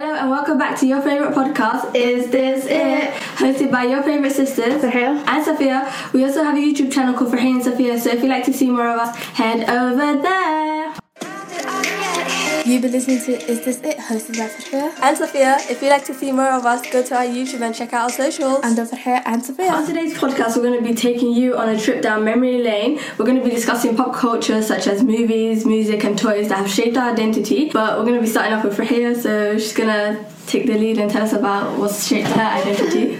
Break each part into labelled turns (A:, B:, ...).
A: Hello and welcome back to your favourite podcast, Is This It? Hosted by your favourite sisters,
B: Sahil.
A: and Sophia. We also have a YouTube channel called Farheen and Sophia, so if you'd like to see more of us, head over there.
B: You've been listening to Is This It? hosted by Farhia
A: And Sophia, if you'd like to see more of us, go to our YouTube and check out our socials.
B: and Farhia and
A: On
B: Sophia.
A: today's podcast, we're going to be taking you on a trip down memory lane. We're going to be discussing pop culture such as movies, music, and toys that have shaped our identity. But we're going to be starting off with Rahia, so she's going to take the lead and tell us about what's shaped her identity.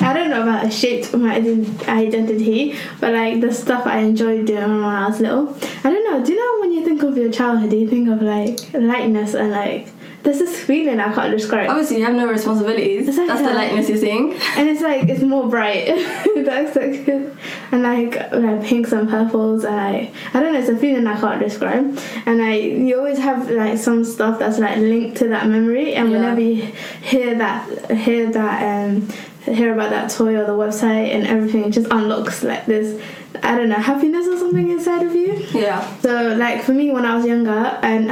B: I don't know about it shaped my ident- identity, but like the stuff I enjoyed doing when I was little. I don't know. Do you know when you think of your childhood, you think of like lightness and like there's this feeling I can't describe,
A: Obviously, you have no responsibilities.
B: Exactly.
A: That's the lightness you're seeing.
B: and it's like it's more bright. That's like and like like pinks and purples and like I don't know. It's a feeling I can't describe, and like you always have like some stuff that's like linked to that memory, and
A: Yeah.
B: whenever you hear that hear that um hear about that toy or the website and everything it just unlocks like this i don't know happiness or something inside of you
A: Yeah.
B: so like for me when i was younger and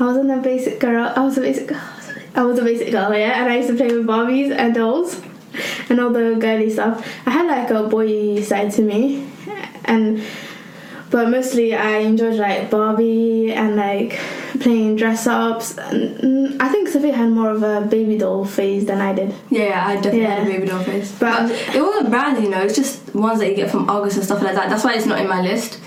B: i wasn't a basic girl i was a basic girl i was a basic girl yeah and i used to play with barbies and dolls and all the girly stuff i had like a boy side to me and but mostly I enjoyed like Barbie and like playing dress ups. And mm, I think Sophia had more of a baby doll phase than I did.
A: Yeah, yeah, I definitely had a
B: Yeah.
A: baby doll face. But,
B: But-
A: it wasn't brand, you know, it's just ones that you get from August and stuff like that. That's why it's not in my list.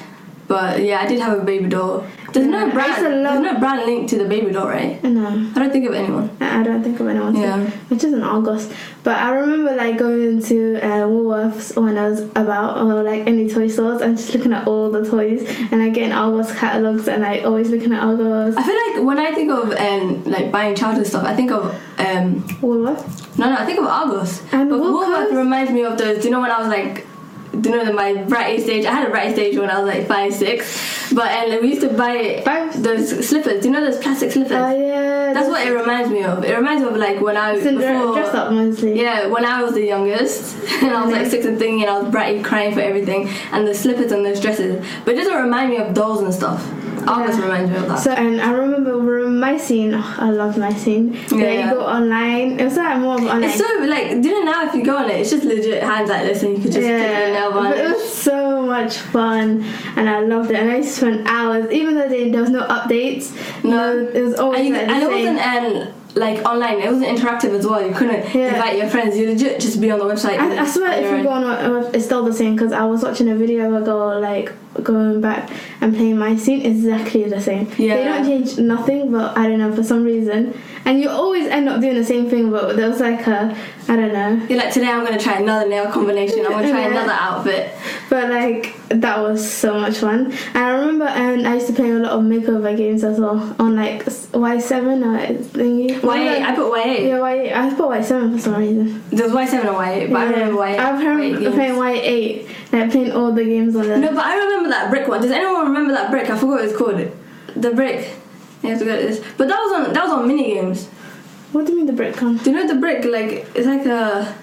A: But yeah, I did have a baby doll. There's
B: Yeah,
A: no
B: I used
A: brand.
B: to love-
A: There's no brand linked to the baby doll, right?
B: No,
A: I don't think of anyone.
B: I I don't think of anyone.
A: Yeah.
B: Which is in August. But I remember like going to uh, Woolworths when I was about or like any toy stores and just looking at all the toys and like getting August catalogs and like always looking at August
A: I feel like when I think of um, like buying childhood stuff, I think of um,
B: Woolworths.
A: no, no, I think of Argos.
B: And
A: but
B: Woolworths?
A: Woolworth reminds me of those. Do you know when I was like, do you know that my bratty stage? I had a bratty stage when I was like five, six. But and we used to buy
B: Five.
A: those slippers. Do you know those plastic slippers?
B: Oh yeah.
A: That's what it reminds me of. It reminds me of like when I was
B: It's in dre- dress
A: before.
B: up mostly.
A: Yeah, when I was the youngest, and I was like six and thinking, and I was bratty crying for everything, and the slippers and those dresses. But it doesn't remind me of dolls and stuff. August reminds me of that.
B: So and I remember we my scene. Oh, I love my scene. Where
A: Yeah.
B: you go online. It was like more of online.
A: it's so like, do you know now if you go on it, it's just legit hands like this, and you could just yeah. pick your nail
B: but it
A: bun.
B: was so much fun, and I loved it. And I used to spend hours, even though they, there was no updates.
A: No.
B: it was always
A: And, you,
B: like
A: and it
B: the same.
A: wasn't um, like online, it wasn't interactive as well. You couldn't
B: Yeah.
A: invite your friends, you legit just be on the website.
B: I, I swear,
A: on
B: if
A: your
B: you go
A: own.
B: on, uh, it's still the same because I was watching a video of a girl like going back and playing my scene exactly the same.
A: Yeah.
B: They don't change nothing, but I don't know for some reason. And you always end up doing the same thing, but there was like a I don't know.
A: You're like, today I'm gonna try another nail combination, I'm gonna try
B: Yeah.
A: another outfit.
B: But like that was so much fun, and I remember um, I used to play a lot of makeover games as well on like Y seven or thingy.
A: Y8, I put Y8.
B: Yeah, Y8. I put Y seven for some reason.
A: There was Y7 and Y8, but I remember Y8.
B: I remember
A: Y8
B: playing
A: games.
B: Y eight, like playing all the games on there.
A: No, but I remember that brick one. Does anyone remember that brick? I forgot what it's called. The brick. You have to go to this. But that was on that was on mini games.
B: What do you mean the brick one?
A: Do you know the brick? Like it's like a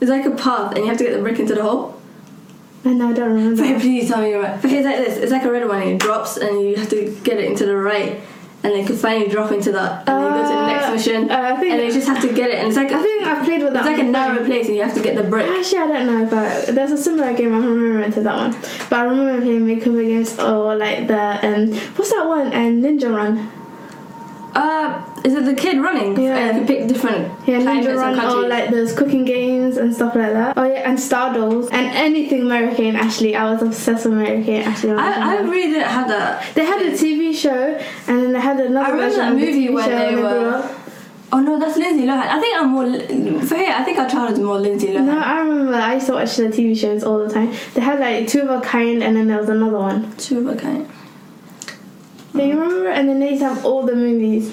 A: it's like a path, and you have to get the brick into the hole.
B: I know I don't
A: Faye,
B: remember.
A: please tell me you're right. Faye, it's like this. It's like a red one, and it drops, and you have to get it into the right, and then you can finally drop into that, and then you go to the next
B: Uh,
A: mission,
B: uh, I think-
A: and you just have to get it. And it's like
B: I
A: a,
B: think I played with
A: it's
B: that.
A: like a
B: one before.
A: narrow place, and you have to get the brick.
B: Actually, I don't know, but there's a similar game I'm remembering to that one. But I remember playing makeover games or like the um, what's that one? And Ninja Run.
A: Uh, is it the kid running?
B: Yeah.
A: And you can pick different
B: Yeah,
A: climates
B: Ninja
A: and
B: Run
A: countries.
B: or like those cooking games and stuff like that. Oh yeah, and Star Dolls and anything Mary Kane. Actually, I was obsessed with Mary Kane. Actually, when was
A: I, I
B: younger.
A: really didn't have that.
B: they had a TV show and then they had another.
A: I remember
B: version
A: that
B: of the
A: movie
B: TV
A: when
B: show
A: they
B: when grew
A: were.
B: up.
A: Oh no, that's Lindsay Lohan. I think I'm more. Li- For here, I think our childhood's more Lindsay Lohan.
B: No, I remember. I used to watch the TV shows all the time. They had like two of a kind, and then there was another one.
A: Two of a kind.
B: Do you remember? And then they used to have all the movies.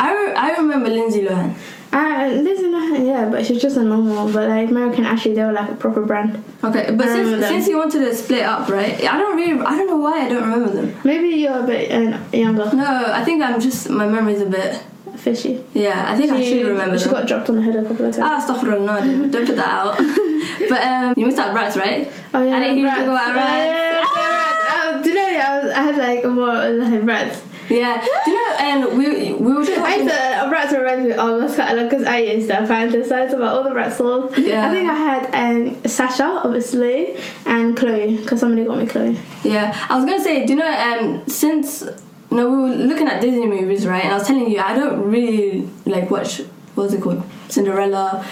A: I, re- I remember Lindsay Lohan.
B: Uh, Lizzie Lohan, yeah, but she's just a normal. But like American, actually, they were like a proper brand.
A: Okay, but
B: I remember
A: since
B: them.
A: since you wanted to split up, right? I don't really. I don't know why I don't remember them.
B: Maybe you're a bit uh, younger,
A: No, I think I'm just my memory's a bit.
B: fishy.
A: Yeah, I think I should remember
B: She
A: them.
B: got dropped on the head a couple of times.
A: Ah, stop no, I didn't- don't put that out. but um, you missed out Bratz, right?
B: Oh yeah,
A: I didn't hear you
B: rats.
A: talk about
B: Yeah,
A: rats. Ah!
B: yeah, yeah, rats. Um, do you know, yeah, I, was, I had like more like rats.
A: Yeah. Do you know? And we we were just
B: I
A: watching-
B: used to, uh, rats oh, reminds me of August catalog because I used to fantasize about all the rat songs.
A: Yeah.
B: I think I had um, Sasha, obviously, and Chloe because somebody got me Chloe.
A: Yeah, I was gonna say, do you know, um, since no, we were looking at Disney movies, right? And I was telling you, I don't really like watch what's it called, Cinderella,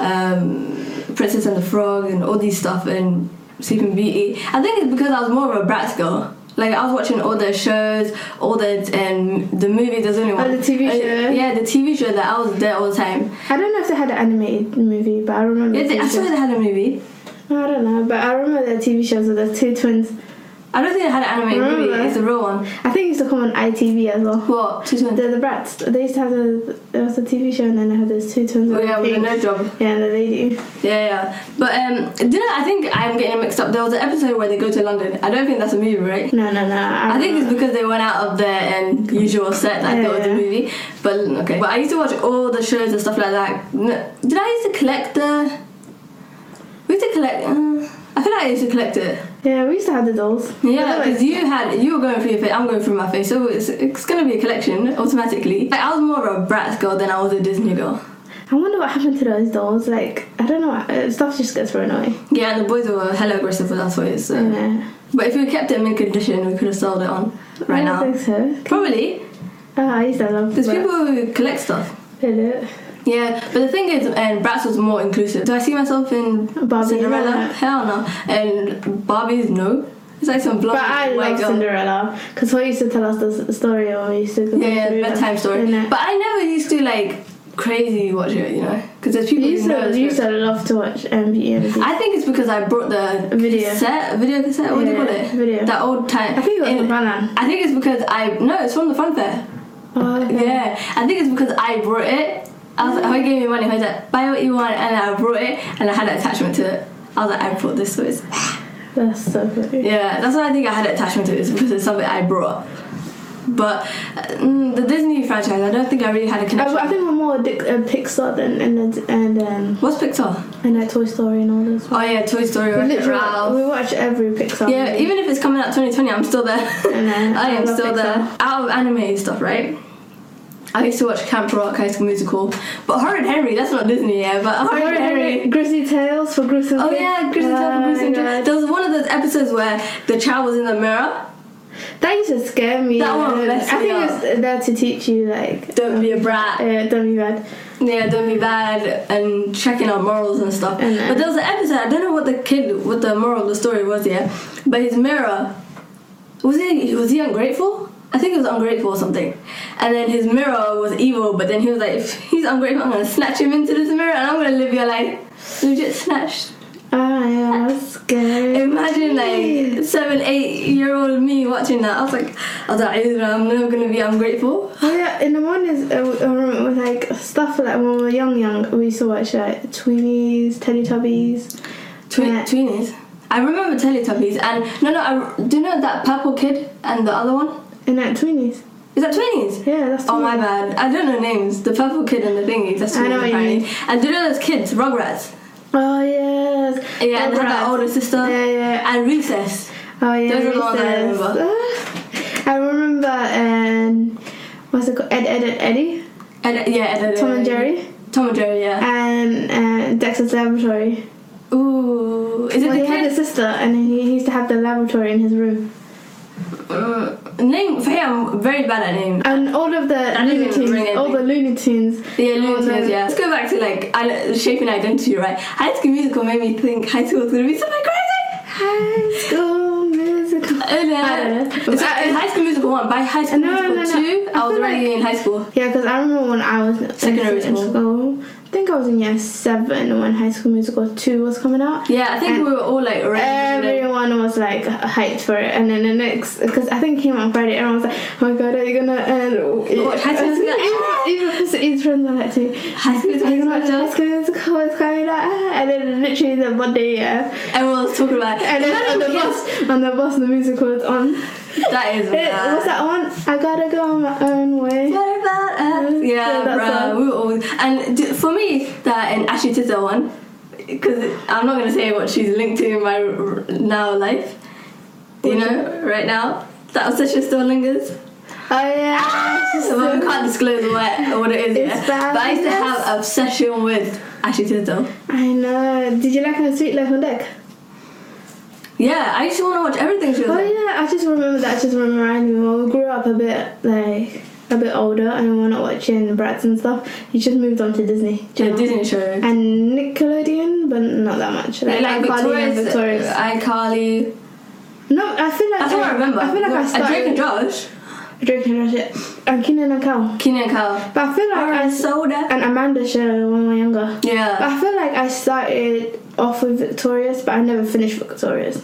A: um, Princess and the Frog, and all these stuff, and Sleeping Beauty. I think it's because I was more of a Bratz girl. Like I was watching all the shows, all the and the movie. There's only one.
B: Oh, the TV
A: Uh,
B: show.
A: Yeah, the TV show that I was there all the time.
B: I don't know if they had an animated movie, but I remember.
A: Yeah,
B: the
A: they, I
B: TV
A: swear they had a movie.
B: show. I don't know, but I remember the TV shows with the two twins.
A: I don't think they had an animated movie.
B: Remember?
A: It's a real one.
B: I think it used to come on ITV as well.
A: What? Two twins.
B: The, the brats. They used to have a, there was a TV show and then they had those two twins.
A: Oh
B: with
A: yeah,
B: the
A: with a
B: pink.
A: no job.
B: Yeah, and the lady.
A: Yeah, yeah. But um, do you know, I think I'm getting it mixed up. There was an episode where they go to London. I don't think that's a movie, right?
B: No, no, no. I,
A: I think it's because they went out of their um, usual set that I thought was a
B: Yeah.
A: movie. But okay. But I used to watch all the shows and stuff like that. N- Did I used to collect the? We used to collect. Uh, I feel like I used to collect it.
B: Yeah, we used to have the dolls.
A: Yeah,
B: But
A: because
B: like-
A: you had you were going through your face, I'm going through my face, so it's, it's gonna be a collection automatically. Like I was more of a Bratz girl than I was a Disney girl.
B: I wonder what happened to those dolls. Like, I don't know. uh, Stuff just gets thrown away.
A: Yeah, and the boys were hella aggressive, but that's what it is. So.
B: Yeah.
A: But if we kept it in mint condition, we could have sold it on right
B: I
A: now.
B: don't think so.
A: Probably.
B: Oh, I used to love
A: There's
B: the
A: people who collect stuff.
B: Hello.
A: Yeah, but the thing is, and Bratz was more inclusive. Do I see myself in
B: Barbie,
A: Cinderella?
B: no.
A: Hell no. And Barbies, no. It's like some blonde
B: But I
A: white
B: love
A: girl.
B: Cinderella because he used to tell us the s- story or he used to go
A: Yeah, yeah,
B: through
A: bedtime
B: that.
A: story.
B: And, uh,
A: But I never used to like crazy watch it, you know, because there's people
B: you
A: who
B: used
A: know.
B: to,
A: it's
B: you used
A: good.
B: to love to watch um, Beauty and the Beast.
A: I think it's because I brought the
B: Video.
A: cassette, video cassette. What do you
B: Yeah,
A: call it?
B: video.
A: That old time.
B: I think it was
A: in-
B: in Banan.
A: I think it's because I no, it's from the fun fair.
B: Oh, okay.
A: Yeah, I think it's because I brought it. I was like, oh, he gave me money. I was like, buy what you want, and I brought it, and I had an attachment to it. I was like, I brought this, so it's
B: That's so funny.
A: yeah. That's why I think I had an attachment to it, is because it's something I brought. But uh, mm, the Disney franchise, I don't think I really had a
B: I,
A: connection.
B: I think I'm more addic- uh, Pixar than and and um,
A: What's Pixar?
B: and that Toy Story and all those.
A: Oh yeah, Toy Story,
B: We
A: Wreck-It
B: literally-
A: Ralph.
B: we watch every Pixar.
A: Yeah,
B: movie.
A: even if it's coming out 2020, I'm still there.
B: know,
A: I
B: I
A: am
B: love
A: still there.
B: Pixar.
A: Out of anime stuff, right? I used to watch Camp Rock, High School Musical, but Horrid Henry. That's not Disney, Oh, yeah. But Horrid,
B: Horrid
A: Henry.
B: Henry, Grizzly Tales for gruesome.
A: Oh
B: Kids.
A: yeah, Grizzly Tales
B: Oh
A: and
B: my
A: Gruesome
B: God.
A: Kids. There was one of those episodes where the child was in the mirror.
B: That used to scare me.
A: That one
B: I
A: messed me
B: think
A: up.
B: it's there to teach you like
A: Don't be a brat.
B: uh, don't be bad.
A: Yeah, don't be bad and checking our morals and stuff.
B: Mhm.
A: But there was an episode. I don't know what the kid, what the moral of the story was. Yeah, but his mirror was he was he ungrateful? I think he was ungrateful or something. And then his mirror was evil. But then he was like, if he's ungrateful, I'm gonna snatch him into this mirror and I'm gonna live your life. Legit snatched.
B: Oh yeah, that's scary.
A: Imagine like seven, eight year old me watching that. I was like, I was like, I'm never gonna be ungrateful.
B: Oh yeah, in the mornings, uh, I remember like stuff like when we were young, young, we used to watch like Tweenies, Teletubbies.
A: Twe-
B: Yeah.
A: Tweenies. I remember Teletubbies and no, no. I, do you know that purple kid and the other one?
B: And like Tweenies.
A: Is that Tweenies?
B: Yeah, that's
A: Oh my
B: Tweenies.
A: bad. I don't know names. The purple kid and the thingy. That's Tweenies
B: I know what you
A: apparently.
B: mean.
A: And do you know those kids? Rugrats.
B: Oh yes.
A: Yeah, and they had that
B: Rugrats.
A: older sister.
B: Yeah, yeah.
A: And Recess.
B: Oh yeah.
A: Those are the ones I
B: yes.
A: remember.
B: I remember and what's it called? Ed, Ed, and Eddie,
A: And yeah, and, uh,
B: Tom and Jerry,
A: Tom and Jerry. Yeah.
B: and uh, Dexter's Laboratory.
A: Ooh, is it
B: Uh, Well,
A: the
B: he had
A: kid?
B: a sister, and he he used to have the laboratory in his room.
A: Mm, name for him. I'm very bad at names.
B: And all of the
A: didn't
B: Looney
A: even ring
B: Tunes, all
A: anything.
B: the Looney Tunes.
A: Yeah, Looney
B: Oh, no.
A: Tunes, yeah. Let's go back to like I- shaping identity, right? High School Musical made me think high school was gonna be something crazy.
B: High School Musical.
A: And
B: I
A: then
B: don't know.
A: it's like in High School Musical one, by High School
B: No, uh, no,
A: Musical
B: no.
A: two,
B: I
A: I, was
B: feel
A: already
B: like-
A: in high school.
B: Yeah, because I remember when I was in
A: Secondary school.
B: I think I was in year seven when High School Musical two was coming out.
A: Yeah, I think
B: And- Um,
A: we were all like already.
B: Everyone was like hyped for it, and then the next because I think it came out on Friday, everyone was like, "Oh my god, are you gonna?" Uh,
A: Watch High School Musical?
B: even even Mr. E's friends were like, to,
A: High School
B: "Are you
A: Musical,
B: gonna watch High
A: just
B: School Musical? It's coming out," ah," and then literally the Monday, yeah,
A: everyone was talking about.
B: and then on the bus, on the bus, the musical was on.
A: That is
B: It,
A: bad.
B: what's that one? I gotta go on my own way.
A: What about us?
B: Yeah,
A: uh, Yeah,
B: that
A: bruh,
B: song.
A: we were always and d- for me that and Ashley Tisdale one because I'm not gonna say what she's linked to in my r- now life, you know, right now that obsession still lingers.
B: Oh yeah. It's just
A: Well, we
B: so-
A: can't disclose what, what it is
B: It's
A: yeah. But I used to
B: fabulous.
A: have obsession with Ashley Tisdale.
B: I know. Did you like her sweet life on deck?
A: Yeah, I used to want to watch everything she was
B: Oh
A: in.
B: yeah, I just remember that. Just reminded me when we grew up a bit, like a bit older, and we're not watching Bratz and stuff. You just moved on to Disney
A: Yeah, Disney shows.
B: and Nickelodeon, but not that much.
A: Like, like
B: iCarly and
A: Victoria's,
B: Victoria's.
A: iCarly.
B: No, I feel like
A: That's what I remember.
B: I feel like I
A: And Drake and
B: started
A: Josh.
B: Drake and Josh. And Keenan and Kel.
A: Keenan and Kel.
B: But I feel like
A: Aaron
B: I
A: Soda.
B: and Amanda show when we were younger. But
A: Yeah.
B: I feel like I started off with Victorious, but I never finished Victorious.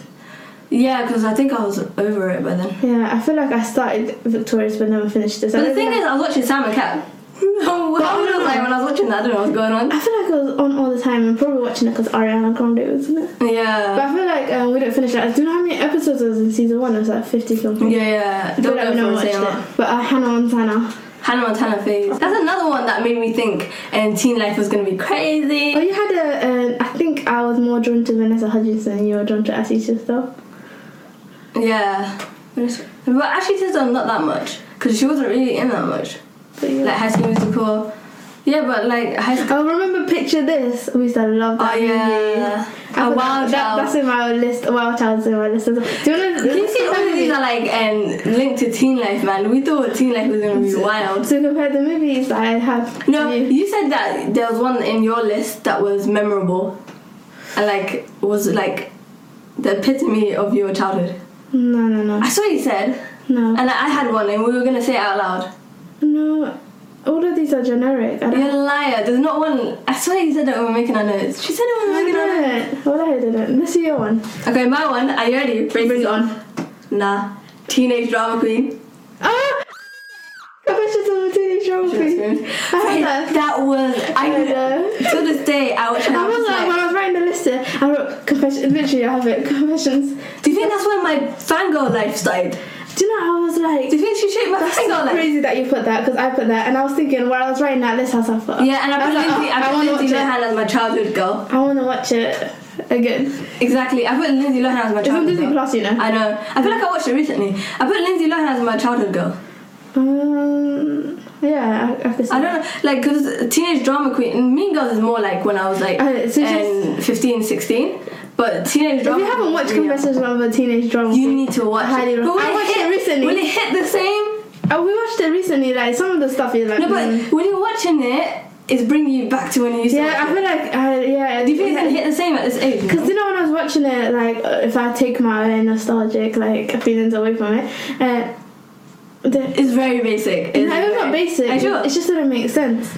A: Yeah, because I think I was over it by then.
B: Yeah, I feel like I started Victorious but never finished this. I
A: But the
B: don't
A: thing
B: know.
A: is, I was watching Sam and Cat. How old was I when I was watching that? I don't know what's going on.
B: I feel like I was on all the time and probably watching it because Ariana Grande was in it. But
A: Yeah.
B: I feel like um, we didn't finish that. Do you know how many episodes was in season one? It was like 50 something.
A: Yeah, yeah.
B: I feel
A: Don't
B: like
A: go
B: we
A: for
B: never
A: the
B: watched
A: same
B: it. But uh, Hannah Montana.
A: Hannah Montana phase. That's another one that made me think and teen life was gonna be
B: Oh,
A: crazy.
B: you had a. Um, I think I was more drawn to Vanessa Hudgens and you were drawn to Ashley Tisdale.
A: Yeah. But actually Tisdale not that much. Because she wasn't really in that much.
B: But yeah.
A: Like high school musical. Yeah, but like high school
B: I remember Picture This. We used to love
A: Oh
B: that movie.
A: yeah.
B: I
A: A wild
B: put that, that-
A: child.
B: That's in my list. Wild Child's in my list. as well. Do you want to
A: Can you see some of these are like and linked to teen life, man? We thought teen life was gonna be wild.
B: So compare the movies that I have.
A: No,
B: to you.
A: you said that there was one in your list that was memorable, and like was like the epitome of your childhood.
B: no, no, no,
A: I saw you said,
B: no,
A: and I had one, and we were gonna say it out loud.
B: no. All of these are generic. I don't
A: You're a liar. There's not one. I swear you said that when we were making our notes. She said it when we
B: I
A: were making our notes.
B: didn't. Well, I didn't. Let's see your one.
A: Okay, my one. Are you ready? Bring
B: it on.
A: Nah. Teenage drama queen.
B: Ah! Confessions of a Teenage Drama Queen.
A: Experience.
B: I had that.
A: That was I.
B: I know.
A: To this day, I watch.
B: I was like, when I was writing the list, here, I wrote confession. Literally, I have it. Confessions.
A: Do you think that's where my fangirl life started?
B: Do you know? I was like,
A: Do you think she shaped my
B: That's
A: fangirl
B: so
A: life?
B: crazy that you put that because I put that, and I was thinking while I was writing that list, I was like, fuck.
A: Yeah, and I put
B: was like,
A: Lindsay,
B: oh,
A: I
B: I
A: put
B: wanna
A: Lindsay
B: watch
A: Lohan as my childhood girl.
B: it. I want to watch it again.
A: Exactly, I put Lindsay Lohan as my
B: It's on
A: childhood
B: Disney
A: girl.
B: Plus, you know.
A: I know. I feel like I watched it recently. I put Lindsay Lohan as my childhood girl.
B: Um, yeah, I, I could see.
A: I don't know, like, because teenage drama queen, Mean Girls is more like when I was like
B: Uh, so just-
A: um, 15, 16. But teenage
B: If
A: drama
B: you haven't watched
A: Queen,
B: Confessions of a Teenage Drama,
A: you need to watch
B: highly
A: it.
B: recommend- I watched it recently.
A: Will it hit the same?
B: oh, we watched it recently. Like some of the stuff is like.
A: No, but
B: mm.
A: when you're watching it, it's bringing you back to when you used to
B: yeah,
A: watch
B: I feel like uh, yeah.
A: it. Do you think it hit the same at this age? you know?
B: Because you know when I was watching it, like uh, if I take my own nostalgic like feelings away from it, uh, the,
A: It's very basic.
B: It's not even basic.
A: I sure.
B: It just didn't make sense.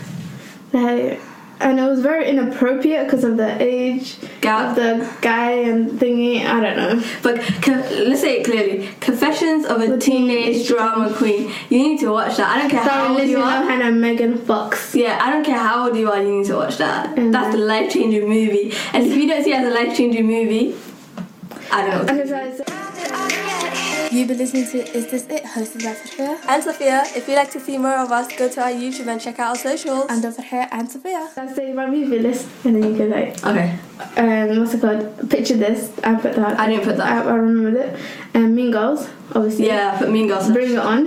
B: Like, and it was very inappropriate because of the age
A: Gap.
B: of the guy and thingy. I don't know.
A: But co- let's say it clearly. Confessions of a
B: The
A: Teenage
B: Teenage
A: Drama Queen. You need to watch that. I don't care
B: Sorry,
A: how old
B: Lindsay
A: you are.
B: Lohan and Megan Fox.
A: Yeah, I don't care how old you are, you need to watch that.
B: Mhm.
A: That's a life changing movie. And if you don't see it as a life changing movie, I don't know.
B: Okay, so- so-
C: You've been listening to Is This It? hosted by Sophia
A: And Sophia, if you'd like to see more of us, go to our YouTube and check out our socials.
C: and over here and Sophia.
B: I say my movie list, and then you could like,
A: okay.
B: um, what's it called? Picture this. I put that.
A: I didn't put that.
B: I, I remembered it. Um, mean Girls, obviously.
A: Yeah, but Mean Girls.
B: Bring It On.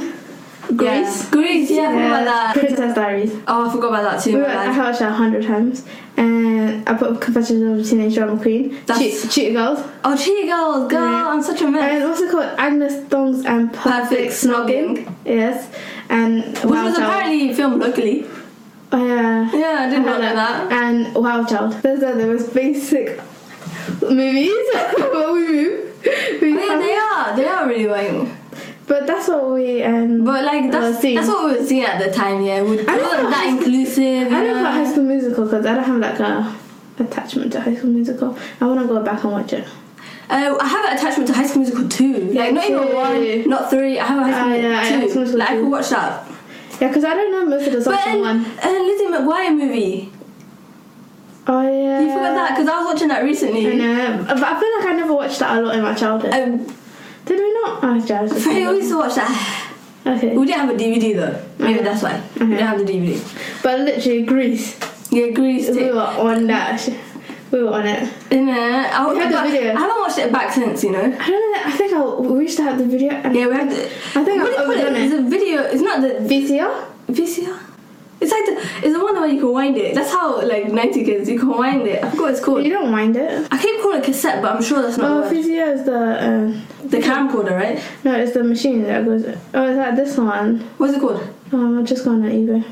B: Grease.
A: Yeah. Grease, yeah, I forgot about that.
B: Princess Diaries.
A: Oh, I forgot about that too.
B: We
A: my
B: were, I
A: bad.
B: watched that a hundred times, and I put Confessions of a Teenage Drama Queen,
A: That's-
B: Cheat, Cheat Girls,
A: Oh, Cheetah Girls, girl,
B: Yeah.
A: I'm such a mess.
B: and what's it called? Agnes Thongs and Perfect,
A: Perfect
B: Snogging. Yes, and
A: Which
B: Wild
A: was
B: Child.
A: apparently filmed locally.
B: Oh yeah,
A: Yeah, I did not know that.
B: And Wild Child. Those are the most basic movies. what we move. We
A: Oh, Yeah,
B: have-
A: they are. They are really white.
B: But that's what we um.
A: But like that's
B: were seeing.
A: that's what we were seeing at the time. Yeah, we
B: I don't
A: wasn't
B: know
A: that
B: high school-
A: inclusive.
B: I don't
A: you know?
B: like High School Musical because I don't have like a attachment to High School Musical. I want to go back and watch it.
A: Uh, I have an attachment to High School Musical two. Like not even
B: too.
A: one, not three. I have a High School
B: Ah, yeah, I have High
A: two.
B: School Musical
A: like I
B: two.
A: could watch that.
B: Yeah, because I don't know most of the songs
A: But
B: from
A: and,
B: one.
A: and Lizzie McGuire movie.
B: Oh yeah.
A: You forgot that because I was watching that
B: I
A: recently.
B: know, but I feel like I never watched that a lot in my childhood.
A: Um,
B: Did we not? Oh, yeah, I was just
A: Freddie, we
B: thinking.
A: used to watch that.
B: Okay,
A: We didn't have a DVD though. Maybe
B: Mhm.
A: that's why we
B: Mhm.
A: didn't have the DVD.
B: but literally Greece,
A: Yeah, Grease.
B: we
A: Too.
B: were on that. sh- We were on it.
A: In it, uh, I,
B: We had the
A: but
B: video.
A: I haven't watched it back since, you know.
B: I don't know. I think I we reached out the video. And
A: Yeah, we had. The,
B: I
A: what
B: think I've
A: do you call
B: overdone
A: it? It's
B: it.
A: a video. It's not the
B: VCR.
A: VCR. It's like the. It's the one where you can wind it. That's how like ninety kids. You can wind it. I forgot what it's
B: You
A: called.
B: don't mind it.
A: I keep calling it cassette, but I'm sure that's not
B: Oh,
A: the word.
B: VCR is the um,
A: the camcorder, right?
B: no, it's the machine that goes. Oh, is that this one?
A: What's it called?
B: Um, I'll just go on eBay.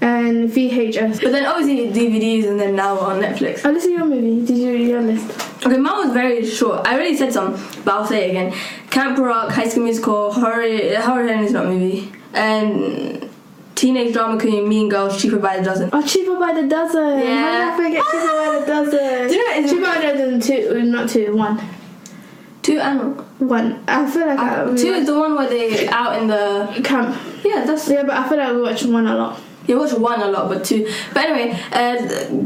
B: And VHS.
A: But then obviously DVDs, and then now we're on Netflix.
B: Oh, this is your movie. Did you your list?
A: Okay, mine was very short. I already said some, but I'll say it again. Camp Rock, High School Musical, Horror, Horror Hen is not a movie, and Teenage Drama Queen, Mean Girls, Cheaper by the Dozen.
B: Oh, cheaper by the dozen.
A: Yeah. Ah!
B: How did I forget cheaper by the dozen?
A: Do you know what is-
B: cheaper by the dozen two? uh, Not two. One.
A: Two and
B: One. I feel like I, we
A: Uh, two is
B: watched-
A: the one where they out in the
B: camp.
A: yeah. That's
B: Yeah, but I feel like we watched one a lot.
A: you watch one a lot, but two. But anyway, uh,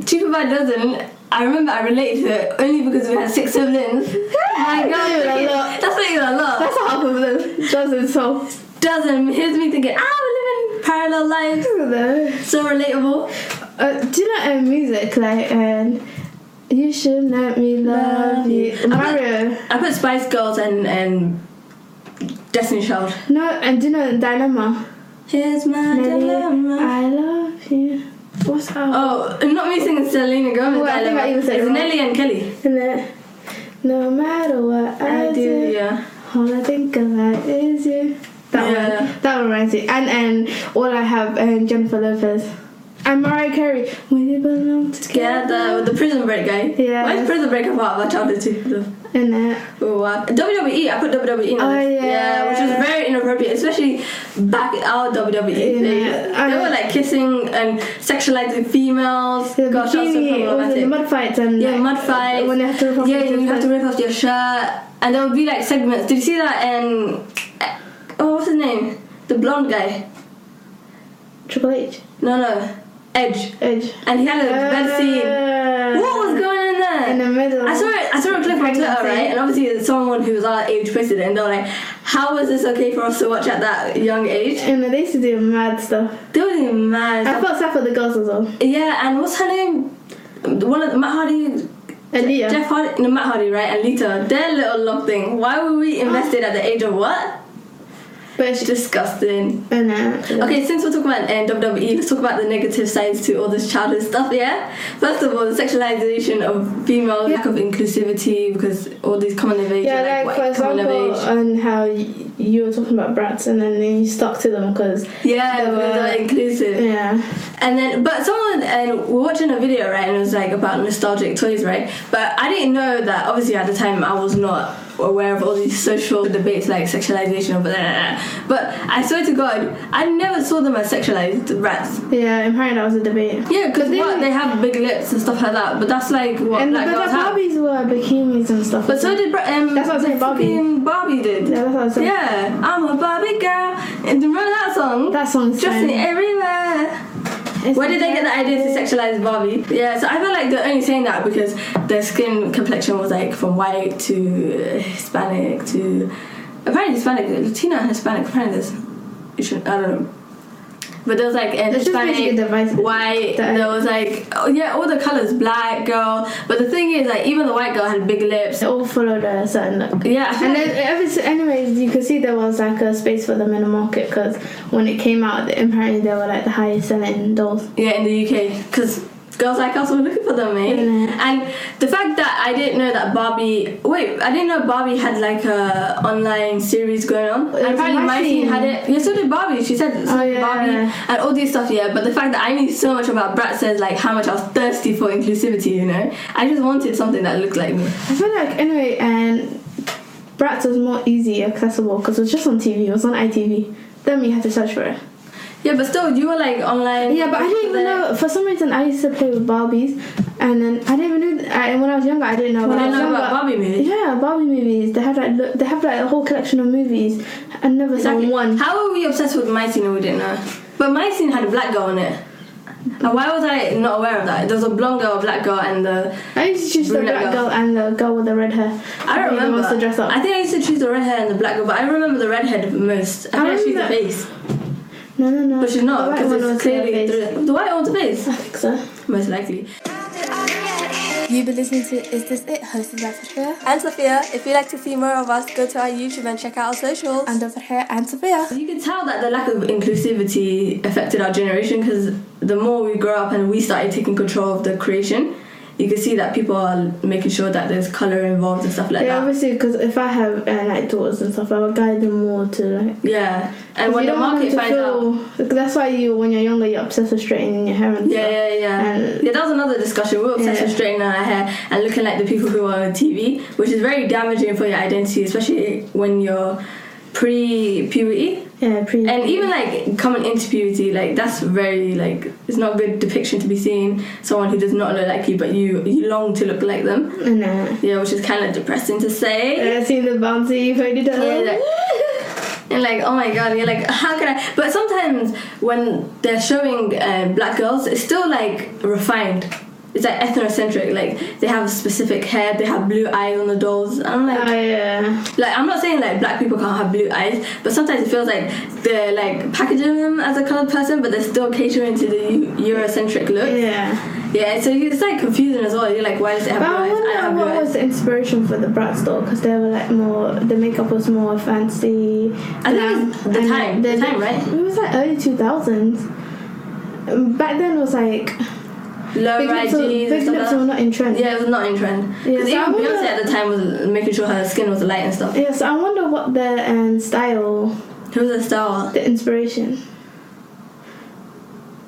A: Cheaper by the Dozen. I remember I related to it only because we had six siblings. My
B: That's not even a lot.
A: that's not even a lot.
B: That's half of them. Dozen. So.
A: Dozen. Here's me thinking, ah, we're living parallel lives.
B: No.
A: So relatable.
B: Uh, do you know um, music like and you should let me love you
A: I'm not-
B: Mario?
A: I put Spice Girls and and Destiny Child.
B: No, and do you know dilemma?
A: Here's my dilemma.
B: I love you. What's up?
A: Oh, and not me singing Selena Gomez.
B: Oh, I think
A: dilemma.
B: I even said it
A: it's
B: wrong.
A: Nelly and Kelly.
B: And then, no matter what I, do,
A: yeah.
B: all I think about is you. That
A: Yeah.
B: one, that one reminds me. And and all I have and Jennifer Lopez and Mariah Carey. We belong
A: Yeah, the,
B: together.
A: with the Prison Break guy.
B: Yeah.
A: Why is Prison Break a part of our childhood too?
B: And that.
A: Oh, wow. WWE, I put WWE in.
B: Oh,
A: it.
B: yeah.
A: which was very inappropriate, especially back our WWE. days.
B: Yeah.
A: They
B: I-
A: were like kissing and sexualizing females.
B: The
A: Gosh, that was so
B: bikini, all the
A: problematic.
B: mud fights and
A: Yeah,
B: like,
A: mud fights.
B: When they have to rip off
A: yeah,
B: each
A: you have
B: other's
A: to rip off your shirt, and there would be like segments. Did you see that? And oh, what's his name? The blonde guy.
B: Triple H.
A: No, no, Edge.
B: Edge.
A: And he had a
B: Uh,
A: bed scene. What was going on there?
B: In the middle.
A: I saw it, I saw a clip on Twitter,
B: Pregnancy.
A: right? And obviously, it's someone who was our age posted it, and they're like, "How was this okay for us to watch at that young age?"
B: And they used to do mad stuff.
A: They were even mad.
B: I felt sad for the girls as well.
A: yeah, and what's her name? The One of the Matt Hardy
B: Aaliyah.
A: Jeff Hardy, no, Matt Hardy, right? And Lita, their little love thing. Why were we invested at the age of what?
B: but she just
A: Disgusting.
B: and uh,
A: Okay, since we're talking about uh, WWE, let's talk about the negative sides to all this childhood stuff, yeah? First of all, the sexualization of female lack of inclusivity because all these common of age,
B: Yeah,
A: are,
B: like,
A: like,
B: for
A: white coming
B: example,
A: of age.
B: on how y- you were talking about brats, and then you stuck to them because
A: Yeah,
B: they
A: because
B: were-
A: they're inclusive.
B: yeah,
A: And then, but someone, and we we're watching a video, right? And it was like about nostalgic toys, right? But I didn't know that, obviously, at the time, I was not aware of all these social debates like sexualization of blah, blah, blah. But I swear to God, I never saw them as sexualized rats.
B: yeah. In Paris, that was a debate.
A: Yeah, because
B: they-
A: what? They have big lips and stuff like that, but that's like what
B: and
A: black
B: but
A: girls
B: the
A: have.
B: Barbies were bikinis and stuff.
A: But so did Bra- um,
B: That's what I was saying, Barbie.
A: fucking Barbie did.
B: yeah, that's what I was saying.
A: Yeah, I'm a Barbie girl. And remember that song?
B: That song's
A: Dressing
B: fine.
A: everywhere.
B: It's
A: Where did they get the idea to
B: like-
A: sexualize Barbie? Yeah, so I feel like they're only saying that because their skin complexion was like from white to Hispanic to apparently Hispanic, Latina and Hispanic. Apparently, there's you should, I don't know, but there was like a
B: It's just
A: Hispanic,
B: basically divisive.
A: white.
B: That-
A: There was like oh yeah, all the colors, black girl. But the thing is, like even the white girl had big lips.
B: They all followed a certain look.
A: Yeah, I feel
B: And
A: like-
B: then, ever si- anyways, you could see there was like a space for them in the market because when it came out, the- apparently they were like the highest selling dolls.
A: Yeah, in the UK, because girls like us were looking for them, mate.
B: Yeah.
A: And the fact that I didn't know that Barbie, wait, I didn't know Barbie had like a online series going on.
B: It
A: And
B: was
A: apparently,
B: My
A: my
B: Scene.
A: scene had it. Yeah, so did Barbie. She said so
B: Oh,
A: did
B: yeah.
A: Barbie and all these stuff. Yeah, but the fact that I knew so much about Brat says like how much I was thirsty for inclusivity. You know, I just wanted something that looked like me.
B: I feel like, anyway, and Bratz was more easy accessible because it was just on TV, it was on ITV. Then you had to search for it.
A: Yeah, but still, you were like online.
B: Yeah, but I didn't even know. For some reason, I used to play with Barbies, and then I didn't even know. I, and when I was younger, I didn't know.
A: When I
B: was
A: know about
B: younger-
A: Barbie movies.
B: Yeah, Barbie movies. They have like look, they have like a whole collection of movies. I never
A: Exactly.
B: saw one.
A: How were we obsessed with my scene and we didn't know? But my scene had a black girl on it. And why was I not aware of that? There was a blonde girl, a black girl, and the
B: I used to choose the
A: Brunette
B: black
A: girl.
B: girl and the girl with the red hair.
A: I
B: Who
A: don't remember.
B: Wants to dress up.
A: I think I used to choose the red hair and the black girl, but I remember the red hair the most. I,
B: I
A: think I choose the
B: remember-
A: face,
B: no, no, no.
A: but she's
B: The
A: not
B: white one
A: because
B: was
A: it's clearly
B: the face.
A: through- the white one's the face,
B: I think so.
A: most likely.
C: Pop it all together. You've been listening to Is This It? hosted by Farhia
A: And Sophia, if you'd like to see more of us, go to our YouTube and check out our socials.
C: and Farhia and Sophia.
A: You can tell that the lack of inclusivity affected our generation because the more we grow up and we started taking control of the creation, you can see that people are making sure that there's colour involved and stuff like
B: yeah,
A: that.
B: obviously, because if I have uh, like daughters and stuff, I would guide them more to like.
A: Yeah, and when
B: you
A: the
B: don't want
A: market
B: them
A: finds out.
B: to feel, That's why you, when you're younger, you're obsessed with straightening your hair and
A: Yeah,
B: stuff.
A: yeah, yeah.
B: And-
A: yeah, that was another discussion. We We're obsessed
B: Yeah.
A: with straightening our hair and looking like the people who are on TV, which is very damaging for your identity, especially when you're pre puberty.
B: Yeah, pre.
A: And even like coming into puberty, like that's very like it's not a good depiction to be seeing someone who does not look like you, but you you long to look like them.
B: and uh,
A: Yeah, which is kind of depressing to say.
B: I seen Uh, the bouncy ponytail.
A: Yeah, And like, oh my god, you're like, how can I? But sometimes when they're showing um, black girls, it's still like refined. It's like ethnocentric. Like they have specific hair, they have blue eyes on the dolls. I'm like,
B: Oh yeah.
A: like I'm not saying like black people can't have blue eyes, but sometimes it feels like they're like packaging them as a colored person, but they're still catering to the Eu- Eurocentric look.
B: Yeah.
A: Yeah, so it's like confusing as well. You're like, why does it have
B: But
A: blue
B: I
A: eyes? I have
B: wonder
A: blue
B: what
A: eyes.
B: was the inspiration for the Bratz doll because they were like more, the makeup was more fancy.
A: I think it's
B: glam,
A: the
B: and
A: time, the
B: they-
A: time, right?
B: It was like early 2000s. Back then was like
A: Low
B: big
A: rise
B: lips, were,
A: jeans and
B: big
A: stuff. like
B: lips were
A: that.
B: not in trend.
A: Yeah, it was not in trend.
B: Yeah,
A: Because
B: so I
A: even
B: wonder-
A: Beyonce at the time was making sure her skin was light and stuff.
B: Yeah, so I wonder what the um, style,
A: It was a star.
B: the inspiration.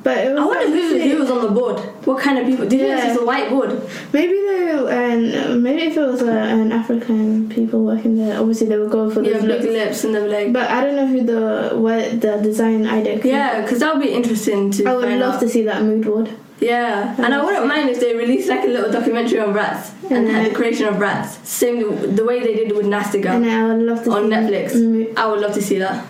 B: But it was
A: I wonder
B: like,
A: who, who was on the board. What kind of people? Did you notice
B: Yeah.
A: it's a white board?
B: maybe they um, maybe if it was uh, an African people working there, obviously they would go for
A: Yeah,
B: the
A: big
B: look.
A: lips and the like.
B: But I don't know who the what the design idea. came
A: Yeah, because that would be interesting to.
B: I would
A: find
B: love
A: out.
B: to see that mood board.
A: Yeah, and I wouldn't mind if they released like a little documentary on rats and had the creation of rats, same the way they did with Nasty
B: And
A: Girl.
B: I would love to
A: On
B: see
A: Netflix.
B: the mo-
A: I would love to see that.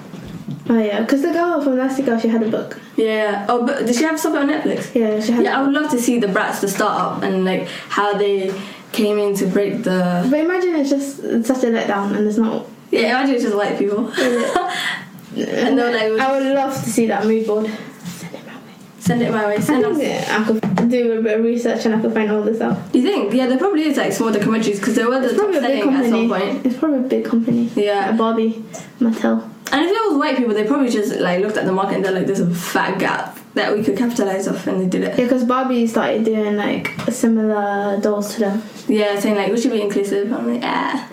B: Oh yeah, because the girl from Nasty Girl, she had a book.
A: Yeah. Oh, but did she have something on Netflix?
B: Yeah, she had.
A: Yeah, I would love to see the brats to start up and like how they came in to break the.
B: But imagine it's just such a letdown, and there's not.
A: Yeah, imagine it's just white people.
B: And
A: they're like-
B: I would love to see that mood board.
A: Send it my way.
B: I
A: Send
B: think
A: us.
B: that I could do a bit of research and I could find all this out.
A: You think? Yeah, there probably is like small documentaries because they were the
B: It's
A: top
B: probably a big
A: selling at some point.
B: company. It's probably a big company.
A: Yeah.
B: Like Barbie, Mattel.
A: And if it was white people, they probably just like looked at the market and they're like, "There's a fat gap that we could capitalize off," and they did it.
B: Yeah, because Barbie started doing like similar dolls to them,
A: Yeah, saying like we should be inclusive. I'm like, yeah.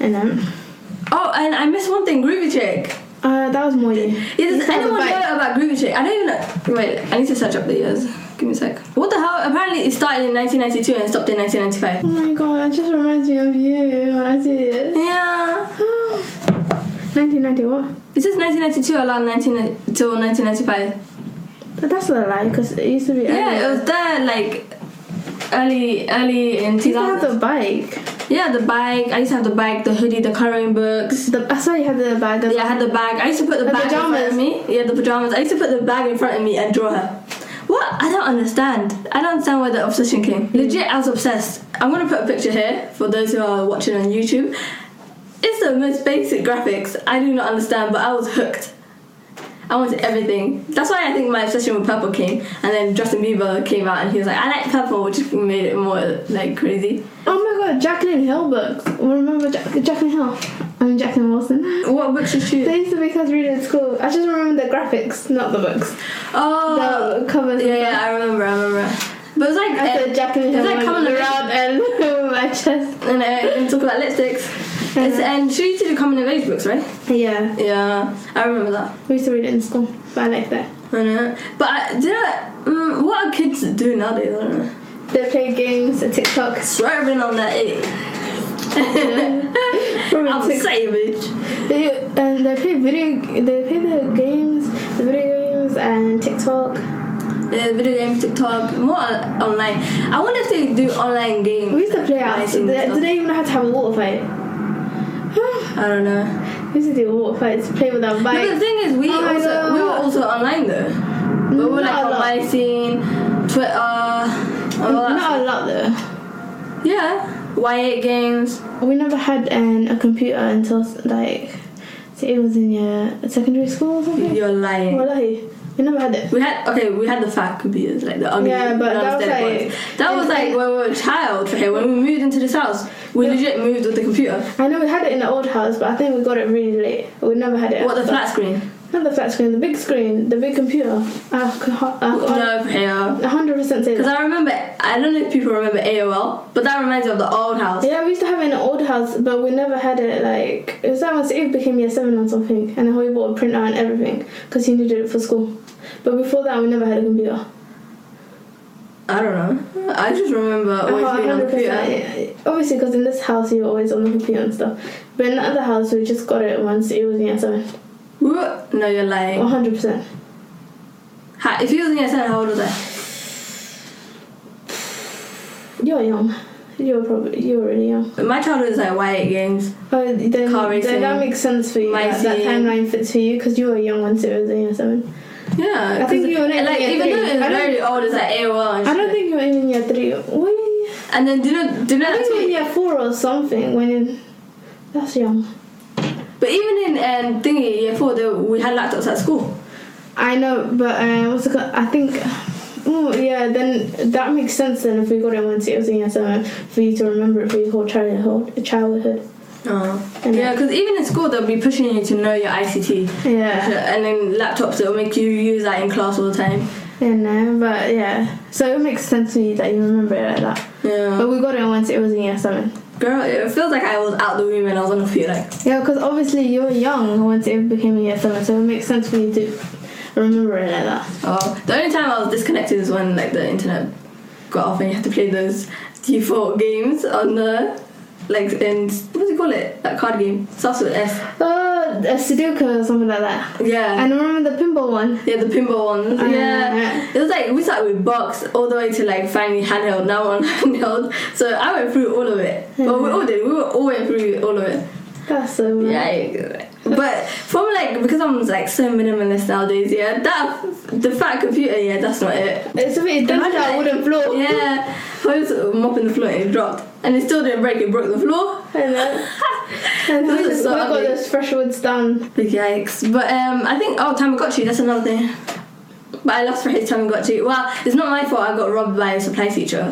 B: and then
A: Oh, and I missed one thing, Groovy Chick.
B: uh, that was more you.
A: Yeah, does
B: You saw the
A: anyone know
B: bike.
A: about Groovy Chick? I don't even know. Wait, I need to search up the years. Give me a sec. What the hell? Apparently, it started in 1992 and stopped in 1995.
B: Oh my god, it just reminds me of you when I see it.
A: Yeah.
B: 1991.
A: It says 1992 around 19 till 1995.
B: But that's not a lie because it used to be.
A: Yeah, it
B: earlier.
A: was there like early, early in
B: You used to have
A: 2000.
B: the bike.
A: Yeah, the bike. I used to have the bike, the hoodie, the coloring books.
B: The, I saw you had the bag.
A: Yeah, I had the bag. I used to put the,
B: The
A: bag in
B: pajamas.
A: front of me. Yeah, the pajamas. I used to put the bag in front of me and draw her. What? I don't understand. I don't understand where the obsession came. Legit, I was obsessed. I'm gonna put a picture here for those who are watching on YouTube. It's the most basic graphics. I do not understand, but I was hooked. I wanted everything. That's why I think my obsession with purple came, and then Justin Bieber came out and he was like, "I like purple," which made it more like crazy.
B: Oh my god, Jacqueline Hill books. Remember Jack- Jacqueline Hill? I mean, Jacqueline Wilson.
A: What books did you?
B: They used to make us read at school. I just remember the graphics, not the books.
A: Oh,
B: the covers.
A: yeah,
B: and
A: yeah,
B: stuff.
A: I remember, I remember. But it's like
B: I said Jacqueline
A: It's
B: Hill
A: like
B: like
A: common
B: around and my chest.
A: and, uh, and talk about lipsticks. It's, and she used to do coming of age books, right?
B: Yeah,
A: Yeah, I remember that.
B: we used to read it in school, but I like that.
A: I know. But I, do you know, mm, what are kids doing nowadays? I don't know.
B: They play games, TikTok.
A: Swear I've been on that eight. I'm
B: Probably TikTok.
A: savage.
B: They, and they play video, they play the games, the video games and TikTok.
A: Uh, video games, TikTok, more on- online. I wonder if they do online games.
B: We used to play out. They,
A: Amazing stuff.
B: they even had to have a water fight.
A: I don't know.
B: we used to do water fights, play with our
A: No, but the
B: bike.
A: thing is, we
B: Oh my
A: also
B: God. Mm,
A: we were also online though. But we were like
B: Not a
A: on
B: lot.
A: MyScene, Twitter, all that
B: Not a lot though.
A: stuff. Yeah, Y8 games.
B: We never had an, a computer until like, say it was in your uh, secondary school or something.
A: You're lying.
B: Wallahi. We never had it.
A: We had okay, we had the fat computers, like the ugly
B: Yeah, but that was
A: non-aesthetic
B: like-
A: ones. That was
B: it's
A: like
B: like-
A: when we were a child for here. When we moved into this house, we legit moved with the computer.
B: I know we had it in the old house, but I think we got it really late. We never had it.
A: What the flat screen?
B: Not the flat screen, the big screen, the big computer. I could I
A: No, for here.
B: could 100% say
A: Because
B: that.
A: I remember, I don't know if people remember AOL, but that reminds me of the old house.
B: Yeah, we used to have it in the old house, but we never had it like. It was that once Eve became year seven or something, and then we bought a printer and everything because he needed it for school. But before that, we never had a computer.
A: I don't know. I just remember always
B: Oh,
A: being on the
B: 100%,
A: computer.
B: yeah. Obviously, because in this house you're always on the computer and stuff. But in the other house, we just got it once it was in year seven.
A: We were- No, you're lying.
B: 100%.
A: Ha- If you was in your son, how old was I?
B: You're young. You're probably you're really young.
A: My childhood is like Wyatt games.
B: Oh, then,
A: Car racing.
B: then that makes sense for you.
A: My
B: That, that
A: scene.
B: timeline fits for you because you were young once it was in year seven.
A: Yeah,
B: I think
A: 'cause-
B: you were
A: and,
B: next
A: like
B: year
A: even
B: three.
A: though it's
B: I don't-
A: very old, it's like AOL. And
B: I don't
A: shit.
B: think you were in year three. Wait,
A: And then do you know? Do you know
B: I
A: that
B: think you were in
A: tweet?
B: year four or something. When in, that's young.
A: But even in um, thingy year four, there, we had laptops at school.
B: I know, but uh, what's it called? I think. Oh yeah, then that makes sense. Then if we got it once it was in year seven, for you to remember it for your whole childhood. Childhood.
A: Oh.
B: And
A: Yeah, because even in school they'll be pushing you to know your ICT.
B: Yeah.
A: And then laptops that will make you use that in class all the time.
B: Yeah, no, but yeah. So it makes sense to you that you remember it like that.
A: Yeah.
B: But we got it once it was in year seven.
A: Girl, it feels like I was out the room and I was on the computer. Like,
B: Yeah, because obviously you were young once it became a year seven, so it makes sense for you to remember it like that.
A: oh. The only time I was disconnected is when like the internet got off and you had to play those default games on the like in what do you call it? That card game starts with S.
B: Oh, a Sudoku or something like that.
A: Yeah.
B: And remember the pinball one?
A: Yeah, the pinball ones.
B: Uh,
A: yeah. It was like we started with box all the way to like finally handheld, now we're on handheld. So I went through all of it. Well, we all did. We were all went through all of it.
B: That's so weird.
A: Yeah. I- But from like because I'm like so minimalist nowadays, yeah. That the fat computer, yeah, that's not it.
B: It's a bit done that wooden floor.
A: Yeah, I was mopping the floor and it dropped, and it still didn't break. It broke the floor.
B: And then, and then we
A: Those are
B: just
A: so
B: we got
A: ugly.
B: those fresh woods done.
A: Big yikes. But um, I think oh Tamagotchi, that's another thing. But I lost for his Tamagotchi. Well, it's not my fault. I got robbed by a supply teacher.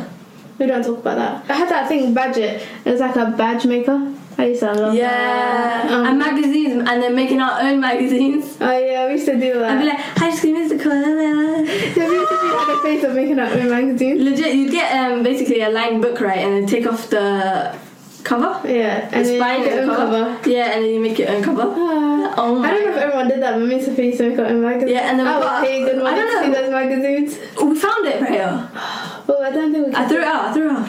B: We don't talk about that. I had that thing Badget. It was like a badge maker. I used to love
A: Yeah,
B: that. Um,
A: and magazines, and then making our own magazines.
B: oh yeah, we used to do
A: I'd be
B: that.
A: like, "Hi, Scream is the color."
B: Yeah, we used to be on the face of making our own magazine.
A: Legit, you'd get um basically a lined book right, and then take off the cover,
B: Yeah, and
A: the
B: then
A: spine
B: you get
A: of
B: own
A: the cover.
B: cover.
A: Yeah, and then you make your own cover.
B: Ah.
A: Oh my
B: I don't know if everyone did that, but me and Sophie used to make our own magazines.
A: Yeah, and then we
B: I
A: got-
B: would pay good
A: I
B: money
A: don't
B: to see
A: know.
B: those magazines.
A: Oh, we found it, Freya.
B: Well, I don't think we
A: I
B: can.
A: threw it out. I threw it out.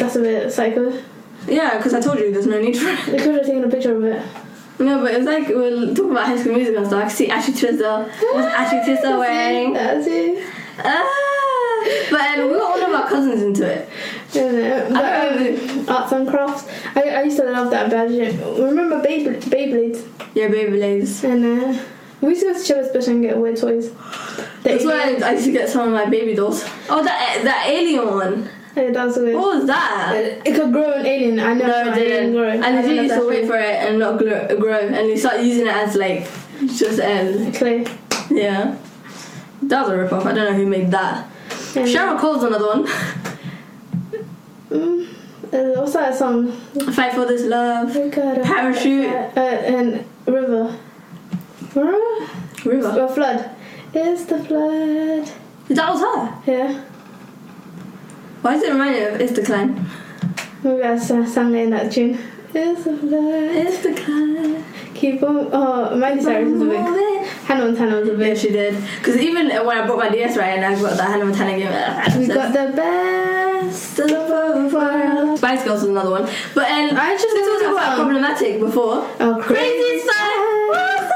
B: That's a bit psycho.
A: Yeah, because I told you there's no need for it.
B: We could have taken a picture of it.
A: No, but it's like we're talking about high school music and stuff. I could see Ashley Tisdale. What's Ashley Tisdale wearing?
B: That's it.
A: Ah! But um, we got all of our cousins into it.
B: Yeah, no, but, um, arts and crafts. I, I used to love that badge. Remember Beyblade- Beyblades?
A: Yeah, baby ladies.
B: And uh, we used to go to Chubba's Bush and get weird toys. The
A: That's why
B: alien-
A: I used to get some of my baby dolls. Oh, that that alien one.
B: Yeah, that was weird.
A: What was that?
B: It could grow an alien. I know
A: Oh, No,
B: it
A: it didn't.
B: grow. I
A: And
B: don't
A: they
B: know
A: used
B: if
A: to wait
B: that's
A: for it and not grow, grow and they start using it as like just um
B: Clay.
A: yeah. That was a rip off. I don't know who made that.
B: And-
A: Cheryl Cole's another one.
B: Mm, uh, what's that song?
A: Fight for this love.
B: Oh God, uh,
A: Parachute.
B: Uh, and river. River?
A: River.
B: Well, flood. It's the flood.
A: That was her.
B: Yeah.
A: Why does it remind you of It's the Clan?
B: Maybe I sa- sang it in that tune. It's the flood.
A: It's the Clan.
B: Keep on. Oh, Miley Cyrus was a big. Hannah Montana was a
A: Yeah,
B: big.
A: she did. Because even when I bought my DS right and I got that Hannah Montana game, uh,
B: We got the best of both worlds.
A: Spice Girls was another one. But um,
B: I just
A: this was
B: remember
A: quite
B: that song.
A: problematic before.
B: Oh,
A: Crazy
B: Side.
A: side.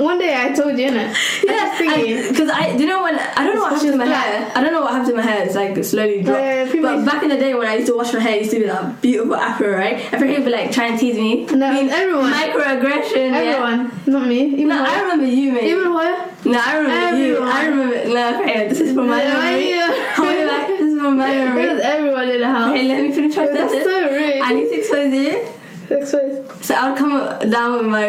B: One day I told you, innit? I was singing.
A: Yeah, because I, do you know when I don't know what
B: It's
A: happened to my
B: just
A: hair. I don't know what happened to my hair. It's like slowly dropped.
B: yeah, people
A: but
B: used-
A: back in the day when I used to wash my hair, it used to be that beautiful afro, right? Everyone would be like trying to tease me.
B: No,
A: Being
B: everyone.
A: Microaggression. Yeah.
B: Everyone. Not me. Even
A: No, I
B: Hoya.
A: remember you, mate.
B: Even Hoya.
A: no, I remember you. I
B: Everyone.
A: remember. No, hey, this is from my
B: Yeah,
A: memory.
B: yeah.
A: How you like? This is from my
B: It
A: memory.
B: was everyone in the house.
A: Hey, let me finish my
B: That's
A: sentence.
B: so rude.
A: I need to expose you.
B: Next place.
A: So I I would come down with my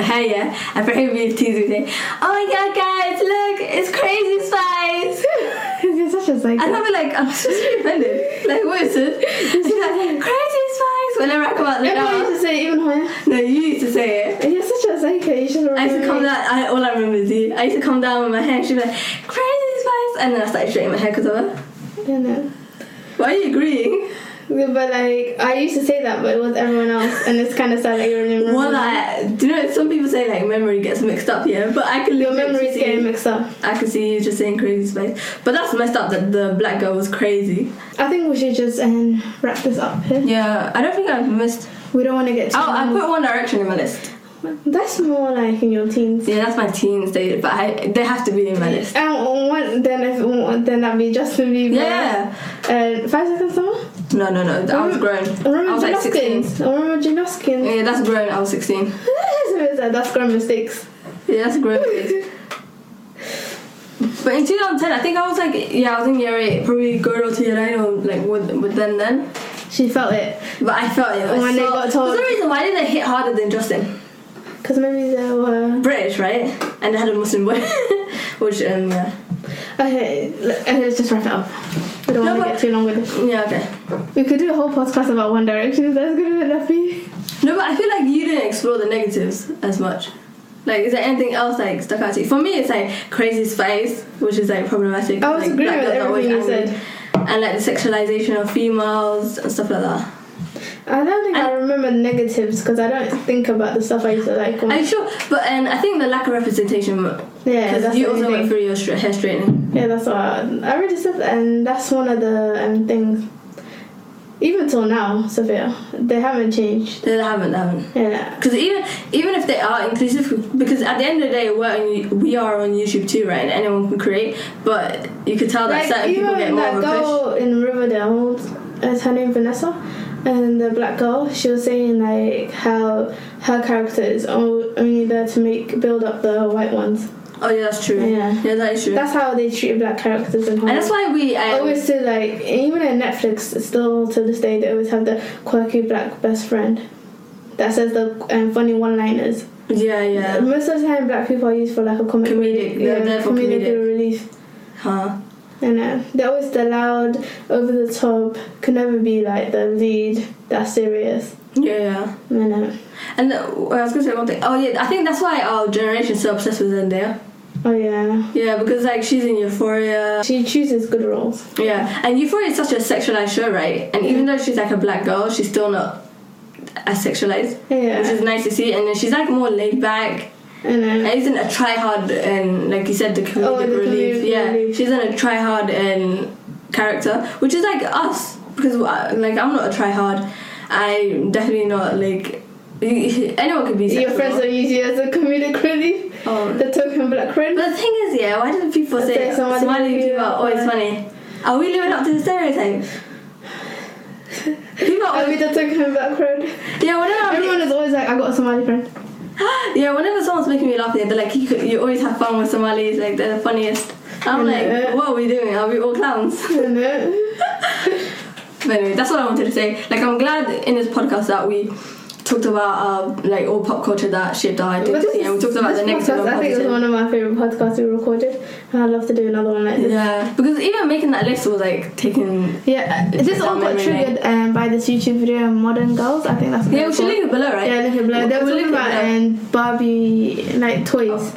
A: hair, yeah, and Fahim would tease me saying, Oh my god, guys, look, it's crazy spice.
B: You're such a psycho.
A: And I'd be like, I'm so offended. Like, what is it? She's like, Crazy spice. Whenever I come out the
B: Everyone used
A: door.
B: to say it even higher.
A: No, you used to say it.
B: You're such a psycho. You should remember.
A: I used to come
B: me.
A: down. I, all I remember is you. I used to come down with my hair. and She'd be like, crazy spice, and then I started straightening my hair because of her.
B: Yeah, no.
A: Why are you agreeing?
B: Yeah, But like, I used to say that, but it was everyone else, and it's kind of sad that you remember.
A: Well, I do you know some people say like memory gets mixed up, yeah, but I can
B: your
A: literally
B: memories
A: see-
B: getting mixed up.
A: I can see you just saying crazy space, but that's messed up that the black girl was crazy.
B: I think we should just um, wrap this up here.
A: Yeah, I don't think I've missed.
B: We don't want to get too.
A: Oh, I put One Direction in my list.
B: That's more like in your teens.
A: Yeah, that's my teens dated, but I, they have to be in my list.
B: And one, then if then that'd be Justin Bieber.
A: Yeah.
B: Uh, five seconds summer.
A: No, no, no. I was
B: Mm.
A: grown.
B: I remember
A: I was like sixteen.
B: Janoskins. I remember Janoskins.
A: Yeah, that's grown. I was sixteen.
B: That's grand mistakes.
A: Yeah, that's a great place. But in 2010, I think I was like, yeah, I was in year eight, probably going on to year nine or like with, with them then.
B: She felt it
A: But I felt it. was
B: When they
A: so,
B: got told-
A: For some reason, why did they hit harder than Justin?
B: because maybe they were
A: British, right? And they had a Muslim boy. Which, um, yeah.
B: okay. let- okay, Let's just wrap it up. We don't
A: No,
B: want to
A: but-
B: get too long with it.
A: Yeah, okay.
B: We could do a whole podcast about One Direction. If that's good enough for you.
A: No, but I feel like you didn't explore the negatives as much. Like, is there anything else like stuck out to you? For me, it's like crazy space, which is like problematic.
B: I was
A: like,
B: agreeing
A: black
B: with
A: girls are always
B: everything you
A: angry. And like the sexualization of females and stuff like that.
B: I don't think I,
A: I-
B: remember negatives because I don't think about the stuff I used to like. When,
A: Are you sure? But and I think the lack of representation.
B: yeah,
A: Because
B: that's
A: you
B: the only
A: also went
B: thing.
A: through your stra- hair straightening.
B: Yeah, that's what I, I already said, that, and that's one of the um, things. Even till now, Sophia, they haven't changed.
A: They haven't, they haven't.
B: Yeah,
A: Because even even if they are inclusive, because at the end of the day, we're on, you- we are on YouTube too, right? And anyone can create. But you could tell that
B: like
A: certain people get
B: even
A: more
B: that
A: of a push.
B: girl in Riverdale, is her name Vanessa, and the black girl, she was saying like how her character is o- only there to make build up the white ones.
A: Oh yeah, that's true.
B: Yeah.
A: yeah, that is true.
B: That's how they treat black characters in Hollywood.
A: and that's why we um,
B: always do like even in Netflix still to this day they always have the quirky black best friend that says the um, funny one-liners.
A: Yeah, yeah.
B: Most of the time, black people are used for like a comic
A: Comedic,
B: relief-
A: they're there for comedic.
B: relief.
A: Huh.
B: You know, they're always the loud, over the top. Could never be like the lead that's serious.
A: Yeah, yeah.
B: You know.
A: And uh, I was gonna say one thing. Oh yeah, I think that's why our generation's so obsessed with Zendaya.
B: Oh yeah,
A: Yeah, because like she's in Euphoria.
B: she chooses good roles.
A: Yeah, and Euphoria is such a sexualized show, right? And even though she's like a black girl, she's still not as sexualized,
B: Yeah.
A: which is nice to see. And then she's like more laid back.
B: You know.
A: And isn't a try hard and like you said, the comedic
B: Oh, the
A: relief.
B: comedic
A: yeah,
B: relief.
A: she's in a try hard and character, which is like us because uh, like I'm not a try hard. I'm definitely not like anyone could be.
B: Your
A: Sexual.
B: friends are usually as a comedic relief.
A: Oh.
B: The token black friend.
A: But the thing is, yeah, why do people
B: Let's
A: say
B: say Somali
A: Somali, people
B: people
A: are always
B: are-
A: funny? Are we living up to the stereotype? people are
B: I'll be
A: always,
B: the token black friend.
A: yeah, whenever I'm-
B: Everyone is always like, I got a Somali friend.
A: yeah, whenever someone's making me laugh, yeah, they're like, you, could- you always have fun with Somalis, like they're the funniest. I'm
B: I
A: like,
B: know.
A: what are we doing? Are we all clowns?
B: You know.
A: But anyway, that's what I wanted to say. Like, I'm glad in this podcast that we talked about uh, like all pop culture that shaped our
B: But this
A: identity, and we
B: is-
A: talked about
B: this
A: the negative.
B: podcast,
A: and
B: I think it was
A: positive.
B: one of my favorite podcasts we recorded, and I'd love to do another one like this.
A: Yeah, because even making that list was like taking.
B: Yeah, uh, this
A: Down
B: all got
A: memory
B: triggered um, by this YouTube video, Modern Girls. I think that's what
A: Yeah, we
B: it's
A: should
B: called.
A: link it below, right?
B: Yeah, look at Blair. They were
A: We'll
B: talking
A: link it below.
B: about um, Barbie, like toys.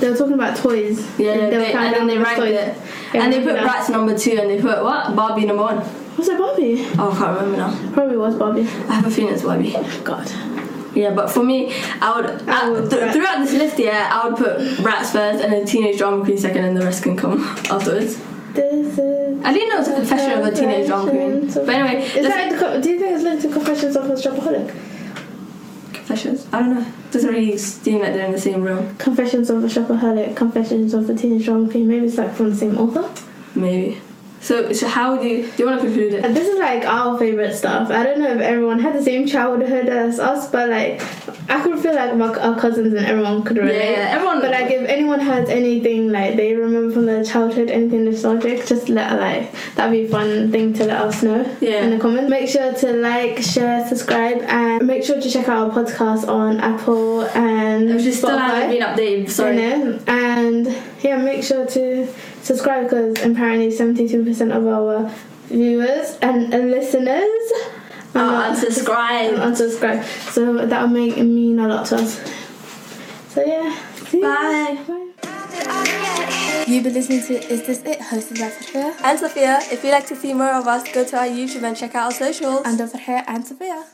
B: They were talking about toys.
A: Yeah,
B: And
A: they, and then they
B: down
A: ranked
B: toys.
A: it.
B: Yeah,
A: and they put
B: yeah.
A: Rats number two and they put what? Barbie number one.
B: Was it Barbie?
A: Oh, I can't remember now.
B: Probably was Barbie.
A: I have a feeling it's Barbie.
B: God.
A: Yeah, but for me, I would.
B: I
A: I
B: would
A: th-
B: Rats.
A: throughout this list, yeah, I would put Rats first and then Teenage Drama Queen second and the rest can come afterwards.
B: This is.
A: I didn't know it was a confession of a Teenage Drama Queen. But anyway,
B: is
A: let's-
B: that, do you think it's linked to Confessions of a Shopaholic?
A: confessions? I don't know. doesn't really seem like they're in the same room.
B: Confessions of a Shopaholic, Confessions of a Teenage Drama Queen. Maybe it's like from the same author.
A: Maybe. So, so how do you, do you want to conclude it?
B: And This is like our favorite stuff. I don't know if everyone had the same childhood as us, but like I could feel like my, our cousins and everyone could relate.
A: Yeah, yeah, everyone-
B: But like if anyone has anything like they remember from their childhood, anything nostalgic, just let like that'd be a fun thing to let us know
A: Yeah.
B: in the comments. Make sure to like, share, subscribe, and make sure to check out our podcast on Apple and
A: Which is still
B: Spotify.
A: hasn't been updated. Sorry.
B: You know, and yeah, make sure to subscribe because apparently 72% of our viewers and and listeners
A: Oh,
B: are not- are
A: unsubscribe.
B: unsubscribed. So that will make mean a lot to us. So yeah, see ya.
A: Bye.
B: Bye.
C: You've been listening to Is This It? hosted by Fathia
A: And Sophia, if you'd like to see more of us, go to our YouTube and check out our socials.
C: and over here and Sophia.